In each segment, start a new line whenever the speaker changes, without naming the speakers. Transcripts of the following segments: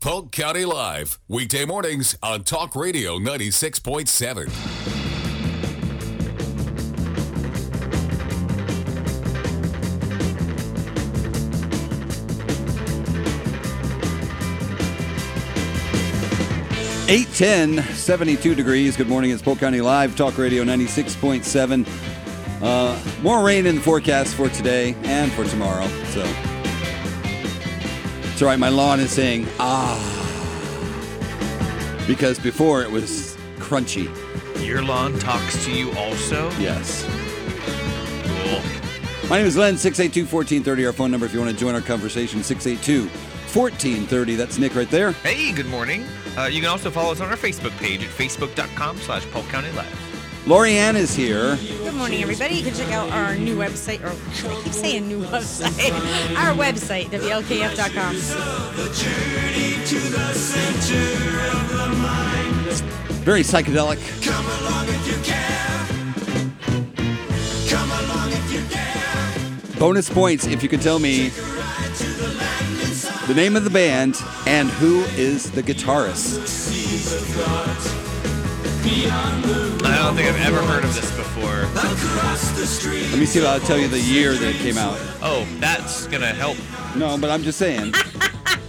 Polk County Live, weekday mornings on Talk Radio 96.7.
Eight ten, seventy-two degrees. Good morning. It's Polk County Live, Talk Radio 96.7. Uh, more rain in the forecast for today and for tomorrow. So it's all right. My lawn is saying, ah, because before it was crunchy.
Your lawn talks to you also?
Yes.
Cool.
My name is Len, 682 1430. Our phone number if you want to join our conversation, 682 1430. That's Nick right there.
Hey, good morning. Uh, you can also follow us on our Facebook page at facebook.com slash Polk County Live.
Lori Ann is here.
Good morning, everybody. You can check out our new website, or I keep saying new website, our website, WLKF.com.
Very psychedelic. Bonus points if you could tell me the name of the band and who is the guitarist.
I don't think I've ever heard of this before.
Let me see if I'll tell you the year that it came out.
Oh, that's gonna help.
No, but I'm just saying.
Ah!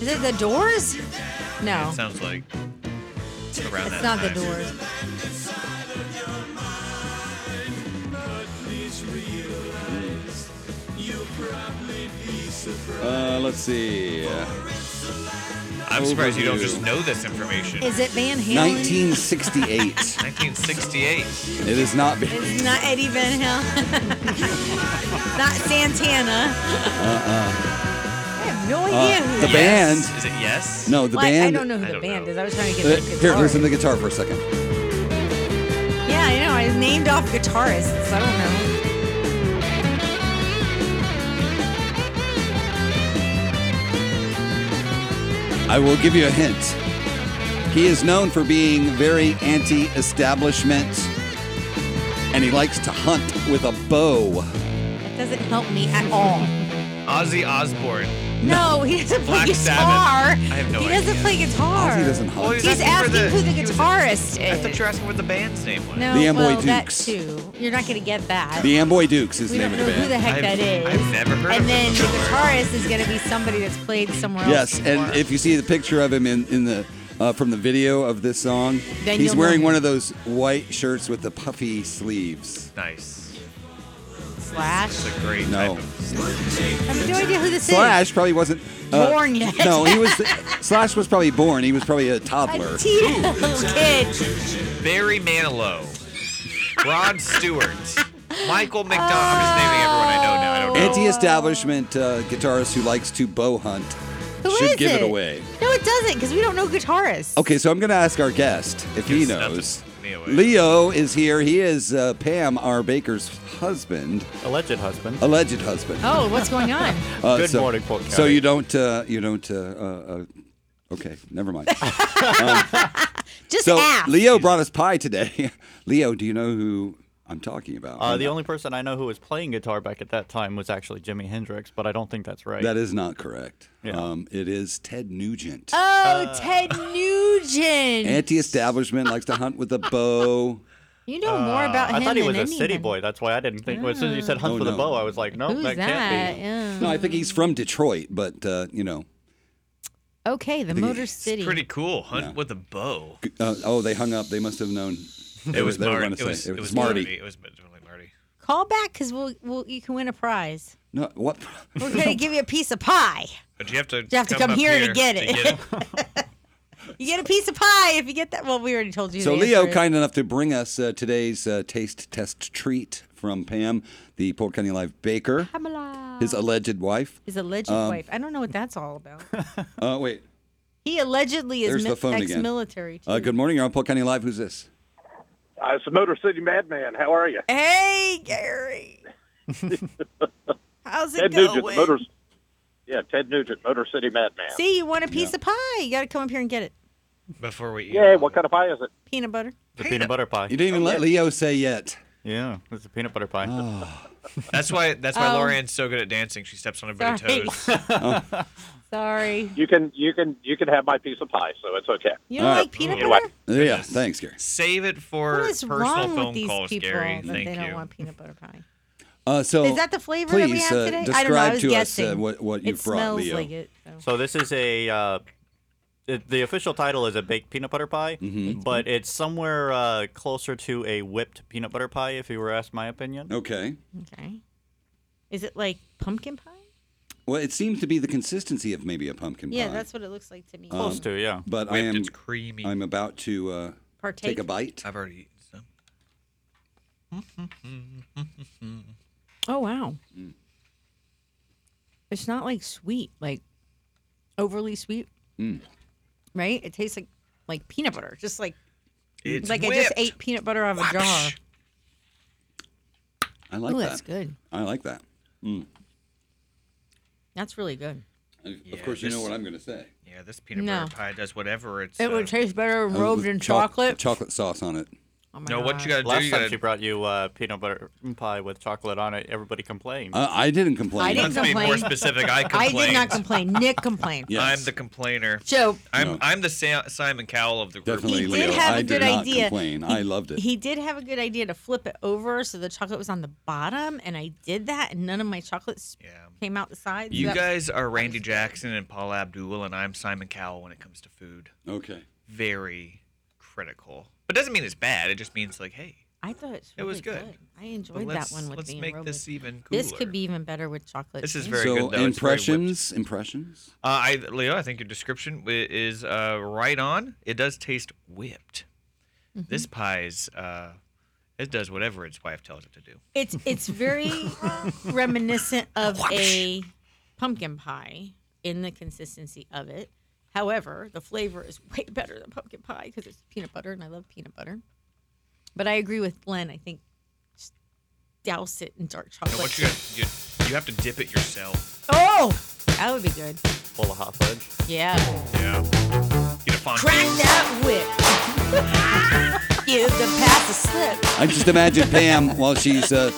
Is it the Doors? No,
Sounds like around that
it's not the
time.
Doors.
Uh, let's see.
I'm surprised you don't
Overdue.
just know this information.
Is it Van Halen?
1968.
1968.
It is not. Van-
It's not Eddie Van Halen. not Santana. I have no idea who
Uh-uh. Uh, the
that
band-
is.
Is it yes?
No, the
Well, I-
band.
I don't know
I
who the
don't
band
know.
is. I was trying to
Uh,
get the
Here,
guitar.
listen to the guitar for a second.
Yeah, I know. I was named off guitarists. I don't know.
I will give you a hint. He is known for being very anti establishment and he likes to hunt with a bow.
That doesn't help me at all.
Ozzy Osbourne.
No, he doesn't play
Black
guitar.
Sabbath. I have no
He doesn't
idea.
play guitar.
He doesn't hunt.
Well, he's
He's
asking for
asking
the-
who the
he was-
guitarist
I thought
is.
you were asking what the band's name was.
No,
The Amboy
well, that
Dukes.
too. You're not going to get that.
the Amboy Dukes is
we
the
don't
name of
know
the
who the
band.
heck
I've-
that is.
I've never heard
And
of
then
him
the
before.
guitarist is going to be somebody that's played somewhere else.
Yes, and
before.
if you see the picture of him in, in the uh, from the video of this song,
Then
he's
you'll know
wearing
him.
one of those white shirts with the puffy sleeves.
Nice.
Slash.
It's a great
No.
type of.
I have no idea who this is.
Slash probably wasn't uh,
Born yet.
No, he was. Slash was probably born. He was probably a
A
toddler.
teen little kid.
Barry Manilow. Rod Stewart. Michael McDonald. I'm just naming everyone I know now. I don't know.
Anti-establishment uh, guitarist who likes to bow hunt.
Who
should
is
give it away.
No, it doesn't, because we don't know guitarists.
Okay, so I'm going to ask our guest if he
Gives nothing
knows.
to me away.
Leo is here. He is uh, Pam, our baker's husband,
Alleged husband.
alleged husband.
Oh, what's going on?
Uh,
Good
so,
morning, Polk
So
County.
you don't, uh, you don't. Uh, uh, uh, okay, never mind.
Just
So
ask.
Leo brought us pie today. Leo, do you know who I'm talking about?
Uh, the only person I know who was playing guitar back at that time was actually Jimi Hendrix, but I don't think that's right.
that is not correct.
Yeah.
Um, it is Ted Nugent.
oh,
Uh,
Ted Nugent.
Anti-establishment likes to hunt with a bow.
you know more about
Uh,
I
him
thought he was
than
a city
anyone.
boy. That's why I didn't think. well, as soon as you said "hunt
Oh,
for
no.
the bow," I was like, "Nope,
Who's
that,
that?
can't be."
No, I think he's from Detroit, but uh, you know,
Yeah. Okay, the Motor City.
It's pretty cool. Hunt with a bow.
uh, oh, they hung up. They must have known. They
It
were-
was
they were
Marty.
gonna
It
say-
was,
it was Marty.
It was definitely Marty.
Call back because we'll, we'll you can win a prize.
No, what?
We're gonna give you a piece of pie.
But you have to,
You have to come
up
here to get it. You get a piece of pie if you get that. Well, we already told you.
So
the
Leo,
answer.
kind enough to bring us uh, today's uh, taste test treat from Pam, the Polk County Live baker,
Pamela.
his alleged wife.
His alleged
Um,
wife. I don't know what that's all about.
Uh, wait,
He allegedly is
There's the phone again.
ex-military. Too.
uh, good morning. You're on Polk County Live. Who's this?
Uh, it's the Motor City Madman. How are you?
Hey, Gary. How's it
Ted
going?
Nugent, Motor. Yeah, Ted Nugent, Motor City Madman.
See, you want a piece of pie. You got to come up here and get it.
Before we eat.
Yeah,
all
what
of
kind of pie is it?
Peanut butter.
The peanut butter pie.
You didn't even let Leo say yet. Ah.
Yeah, it's a peanut butter pie.
That's why. That's why
Oh.
Lorian's so good at dancing. She steps on everybody's
Sorry.
toes.
Sorry.
You can you can you can have my piece of pie, so it's okay.
You don't
All right.
like peanut
You know
butter?
Yeah, thanks, Gary.
Save it for
What is
personal
wrong
phone
with these
calls,
people
Gary.
that
Thank
they
you.
don't want peanut butter pie?
Uh, so
Is that the flavor
please,
that we have
uh,
today? I
Describe
don't know. I was
to
guessing.
us uh, what what
it
you've brought,
smells
Leo.
like it. Oh, so.
So this is a uh, it, the official title is a baked peanut butter pie,
Mm-hmm.
but it's somewhere uh, closer to a whipped peanut butter pie. If you were asked my opinion,
Okay.
Okay. Is it like pumpkin pie?
Well, it seems to be the consistency of maybe a pumpkin
Yeah,
pie.
that's what it looks like to
um,
me.
close to yeah.
But I
Whipped,
am
it's creamy. i
I'm about to uh,
Partake.
take a bite.
have already eaten some.
Oh wow. It's not like sweet, like overly sweet. Right? It tastes like like peanut butter, just like
It's
like
whipped.
I just ate peanut butter out of a jar.
I like
Ooh,
that.
that's good.
I like that.
That's really good.
And
Yeah,
of course, you know
this-
what I'm going to say.
Yeah, this peanut
No.
butter pie does whatever. It's.
It
uh,
would taste better
Uh,
robed
with
in
choc-
chocolate.
Chocolate sauce on it.
Oh my
no, what you gotta
God.
do?
Last
You
time
gotta,
she brought you uh, peanut butter pie with chocolate on it, everybody complained.
Uh, I didn't complain.
I didn't
let's be more
complain.
specific. I
I
complained.
did not complain. Nick complained.
Yes.
I'm the complainer.
So
I'm
No.
I'm the Sa- Simon Cowell of the group.
Definitely,
He did
Leo.
have
I
a
did
good
not
idea.
complain. I loved it.
he did have a good idea to flip it over so the chocolate was on the bottom, and I did that, and none of my chocolates
Yeah.
came out the sides.
You
That-
guys are Randy Jackson and Paul Abdul, and I'm Simon Cowell when it comes to food.
Okay.
Very critical, but doesn't mean it's bad. It just means like, hey,
I thought it,
It was
really
good.
I
but
enjoyed that
let's
one with
let's
being
make
robed.
this even cooler.
This could be even better with chocolate.
This is
chips.
very
so
good, though. It's very whipped.
impressions, impressions.
Uh, I Leo, I think your description wi- is uh, right on. It does taste whipped. This pie's uh, it does whatever its wife tells it to do.
It's it's very reminiscent of a pumpkin pie in the consistency of it. However, the flavor is way better than pumpkin pie because it's peanut butter, and I love peanut butter. But I agree with Glenn. I think just douse it in dark
Now,
chocolate.
what you, gotta- you you have to dip it yourself.
Oh, that would be good.
full of hot fudge.
Yeah.
Yeah. Get a fondue.
Crack that whip. Give the pass a slip.
I just imagine Pam while she's uh,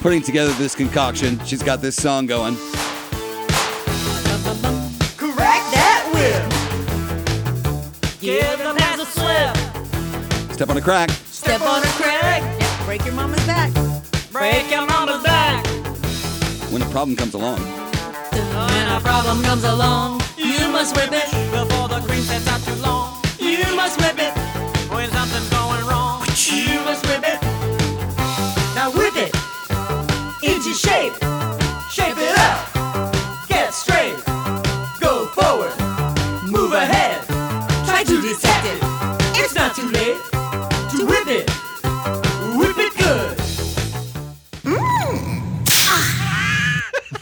putting together this concoction. She's got this song going.
Crack that whip. Give the pass a slip.
Step on a crack.
Step on a crack. Break your mama's back. Break your mama's back.
When a problem comes along.
When a problem comes along, you must whip it.
Before the green sets out too long, you must whip it. When something's going wrong, you must whip it. Now whip it into shape, shape it up, get straight, go forward, move ahead, try to dissect it. It's not too late to whip it, whip it good.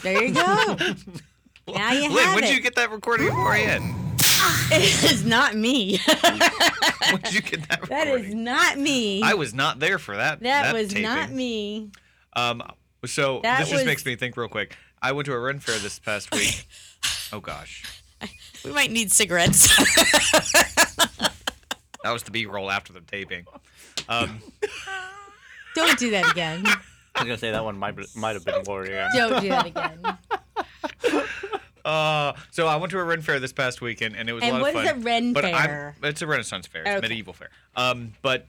There you go. now you
Lynn,
have
when did
it.
you get that recording for in?
it is not me.
When did you get that
that
recording?
is not me.
I was not there for that.
that, was
taping.
not me.
Um, so
That
this
was-
just makes me think real quick. I went to a run fair this past week. oh gosh,
We might need cigarettes.
that was the B-roll after the taping. Um,
Don't do that again.
I was gonna say that one might might have been Lorian.
Don't do that again.
uh, so I went to a Ren fair this past weekend, and it was
And
a lot
what
of
is
fun.
a Ren
but I'm-
fair?
it's a Renaissance fair. It's
Okay.
a medieval fair. Um, but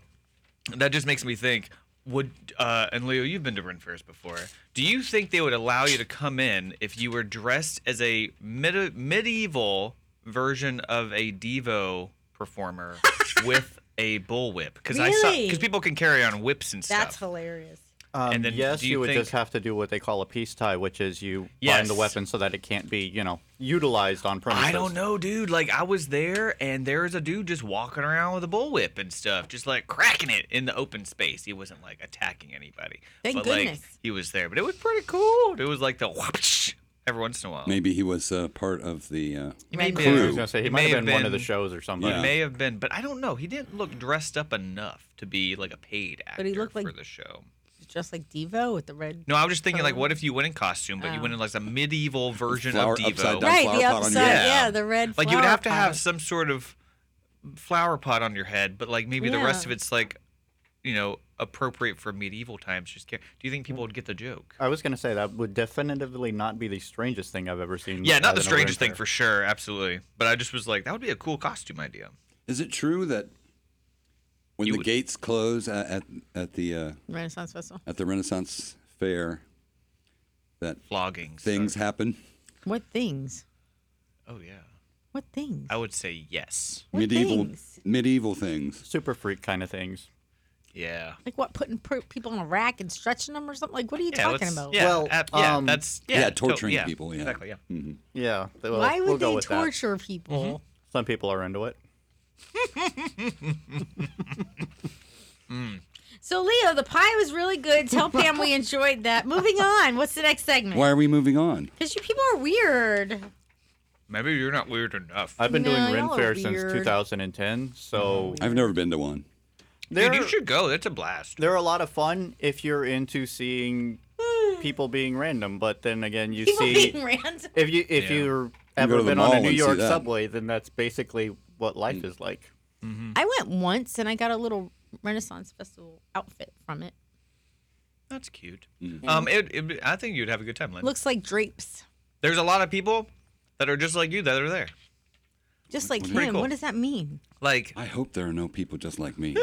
that just makes me think. Would uh, and Leo, you've been to Ren fairs before. Do you think they would allow you to come in if you were dressed as a medi- medieval version of a Devo performer with a bullwhip? Because I saw
Really?
because people can carry on whips and stuff.
That's hilarious.
Um,
And then
yes,
do
you,
you
would
think-
just have to do what they call a peace tie, which is you bind
Yes.
the weapon so that it can't be, you know, utilized on premises.
I don't know, dude. Like I was there, and there was a dude just walking around with a bullwhip and stuff, just like cracking it in the open space. He wasn't like attacking anybody.
Thank
but, Like,
goodness.
he was there, but it was pretty cool. It was like the whoosh every once in a while.
Maybe he was uh, part of the. Uh,
He may
Red
be-
Crew.
I was gonna say he
It
might
may
have been, one of the shows or something.
He
Yeah.
may have been, but I don't know. He didn't look dressed up enough to be like a paid actor
But he looked like-
for the show.
Just like Devo with the red.
No, I was just thinking like, what if you went in costume, but you went in
Oh.
like a medieval version
Flower
of Devo?
upside down.
right,
flower
the
pot on
upside.
your
head.
Yeah.
Yeah.
the red.
like you would
flower
have to have
pot.
some sort of flower pot on your head, but like maybe the rest
Yeah.
of it's like you know appropriate for medieval times. Just can't. Do you think people would get the joke?
I was gonna say that would definitively not be the strangest thing I've ever
Mm,
seen.
Yeah,
as
not the
an
strangest thing
overinter.
for sure. Absolutely. But I just was like, that would be a cool costume idea.
Is it true that when
You
the
would-
gates close at at, at the uh,
Renaissance Festival.
at the Renaissance Fair, that
Flogging. so-
things happen?
What things?
Oh yeah.
What things?
I would say yes.
What
medieval
things?
medieval things.
super freak kind of things.
Yeah.
Like what? Putting per- people on a rack and stretching them or something? Like what are you
Yeah,
talking
let's-
about?
Yeah,
Well,
ab- yeah,
um,
that's yeah,
Yeah,
to-
torturing people, yeah. Mm.
exactly. Yeah,
Yeah. th- well,
Why would
we'll go
they
with that.
torture people?
Mm-hmm.
Some people are into it.
So Leo, the pie was really good. Tell Pam we enjoyed that. Moving on. What's the next segment?
Why are we moving on?
Because you people are weird.
maybe you're not weird enough.
I've been
No,
doing Ren
y'all are
Fair since
weird.
2010, so
I've never been to one.
there
Dude, you should go. That's a blast.
they're a lot of fun if you're into seeing people being random. But then again, you
People
see
being random.
if you if
Yeah.
you've
go to
ever
the
been on
mall
a
and
New
see
York
that. Mm.
subway, then that's basically what life is like.
I went once and I got a little Renaissance Festival outfit from it.
That's cute.
Mm.
Um, it, it, I think you'd have a good time, Lynn.
Looks like drapes.
There's a lot of people that are just like you that are there.
Just like
Pretty
him.
cool.
What does that mean?
Like,
I hope there are no people just like me.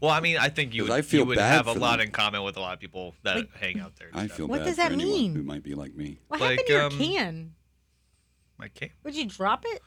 well, I mean, I think you
'Cause
would,
I feel
you would
bad
have a
for
lot
them.
in common with a lot of people that hang out there. and
I
stuff.
feel
What
bad
does
for
that
anyone
mean?
who might be like me.
What
Like,
happened to your
um,
can?
my can
Would you drop it?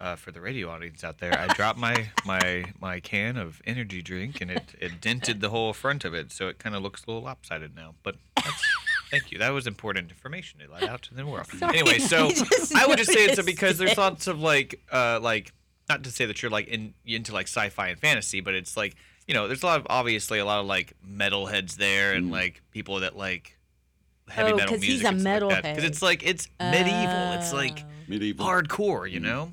uh, for the radio audience out there. I dropped my my my can of energy drink, and it, it dented the whole front of it, so it kind of looks a little lopsided now. But that's, thank you, that was important information. It let out to the world.
Sorry,
anyway, so
I just
I, would just say it's a-
noticed
because there's
it.
lots of like uh like not to say that you're like in, into like sci-fi and fantasy, but it's like you know there's a lot of obviously a lot of like metalheads there and like people that like heavy
Hmm. Oh,
metal
'cause
music.
he's a
and stuff like that.
metalhead. Oh.
it's like it's medieval. It's like
Medieval.
hardcore,
Mm-hmm.
you know,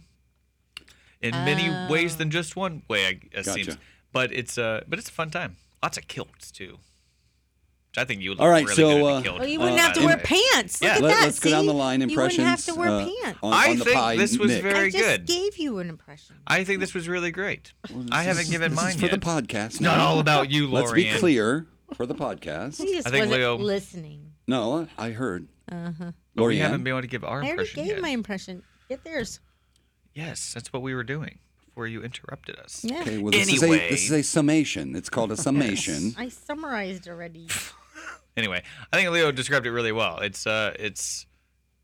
in many ways than just one way. I it seems,
Gotcha.
but it's uh, but it's a fun time. Lots of kilts too, which I think you would.
All
look
right,
really
so,
good in a
uh,
kilt.
Well, Oh, you wouldn't have to
By
wear
the way.
pants. Look
Yeah.
at
Let,
that.
us go down
see?
the line. Impressions.
You wouldn't have to wear
uh,
pants.
On,
I
on the
think
pie
this was
mix.
very-
I just
good.
gave you an impression.
I think this was really great. I
This
haven't
is-
given
this
mine
is for
yet.
the podcast.
It's not all about you, Lorian.
Let's be clear for the podcast.
He just
I think
wasn't
Leo-
listening.
No, I heard. Uh
Uh-huh.
huh.
We haven't been able to give our
I already
impression
gave
yet.
my impression. Get theirs.
Yes, that's what we were doing before you interrupted us.
Yeah.
Okay, well, this, is a,
Anyway.
this is a summation. It's called a summation.
I summarized already.
Anyway, I think Leo described it really well. It's uh, it's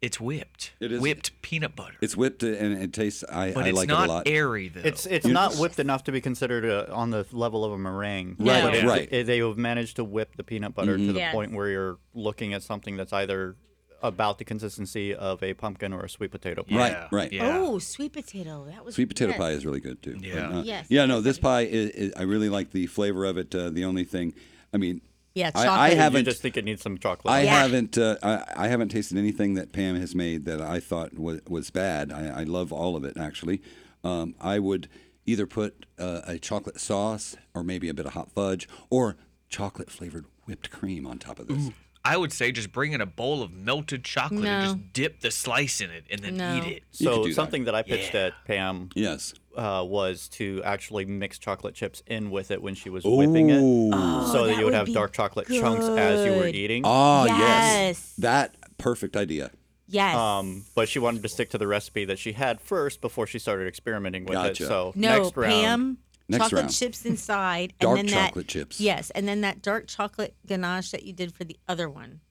it's whipped.
It is-
whipped peanut butter.
It's whipped and it tastes. I,
but
I
it's
like
not
it a lot.
airy though.
It's it's not whipped enough to be considered uh on the level of a meringue.
Right,
but it-
right. Mm-hmm.
it- they have managed to whip the peanut butter to the
Yes.
point where you're looking at something that's either about the consistency of a pumpkin or a sweet potato pie.
Right,
Yeah,
right.
Yeah.
Oh, sweet potato. That was
Sweet potato
yes.
pie is really good too.
Yeah.
uh,
Yes.
Yeah. No, this pie is, is. I really like the flavor of it. Uh, the only thing, I mean,
Yeah,
I-
chocolate.
I have-
You
Haven't-
just think it needs some chocolate.
I
Yeah.
haven't. Uh, I, I haven't tasted anything that Pam has made that I thought was was bad. I, I love all of it actually. Um, I would either put uh, a chocolate sauce or maybe a bit of hot fudge or chocolate flavored whipped cream on top of this.
I would say just bring in a bowl of melted chocolate and
No.
just dip the slice in it and then
No.
eat it.
You could do
so
that.
something that I pitched at Pam
Yes.
uh, was to actually mix chocolate chips in with it when she was whipping it, so that,
Oh, that
you would
would
have
be
dark chocolate chunks as you were
good.
eating.
Ah, yes.
Yes.
That perfect idea.
Yes.
Um, but she wanted to stick to the recipe that she had first before she started experimenting with
Gotcha.
it. So
no,
next round,
Pam.
Next
chocolate
round.
chips inside,
Dark
and then
chocolate
that,
chips.
Yes, and then that dark chocolate ganache that you did for the other one,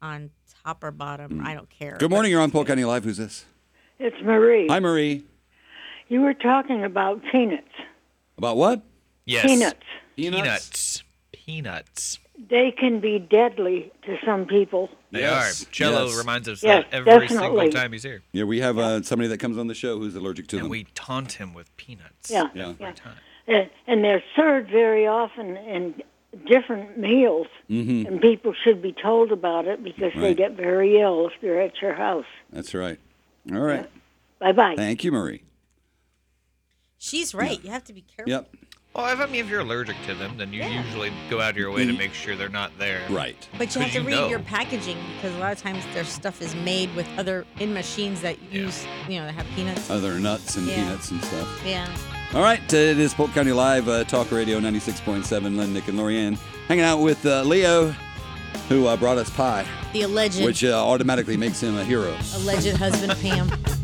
on top or bottom, I don't care.
Mm. Good morning. You're on Polk County Live. Who's this?
It's Marie.
Hi, Marie.
You were talking about peanuts.
About what?
Yes.
Peanuts.
Peanuts. Peanuts.
They can be deadly to some people.
They
Yes,
are. Cello
yes.
reminds us
Yes,
that every
definitely.
single time he's here.
Yeah, we have uh, somebody that comes on the show who's allergic to
And
them.
we taunt him with peanuts.
Yeah.
yeah.
yeah.
Time.
And, and they're served very often in different meals, and people should be told about it because they
Right.
get very ill if they're at your house.
That's right. All right.
Bye bye.
Thank you, Marie.
She's right. You have to be careful.
Yep.
Well, if, I mean, if you're allergic to them, then you usually go out of your way to make sure they're not there.
Mm-hmm. Right.
But you
But
have to
you
read
know.
your packaging because a lot of times their stuff is made with other in machines that
Yeah.
use you know that have peanuts.
Other nuts and
Yeah.
peanuts and stuff.
yeah.
All right, uh, it is Polk County Live uh, Talk Radio 96.7. Lynn, Nick, and Lorianne hanging out with uh, Leo, who uh, brought us pie,
The alleged
which uh, automatically makes him a hero.
alleged husband of Pam.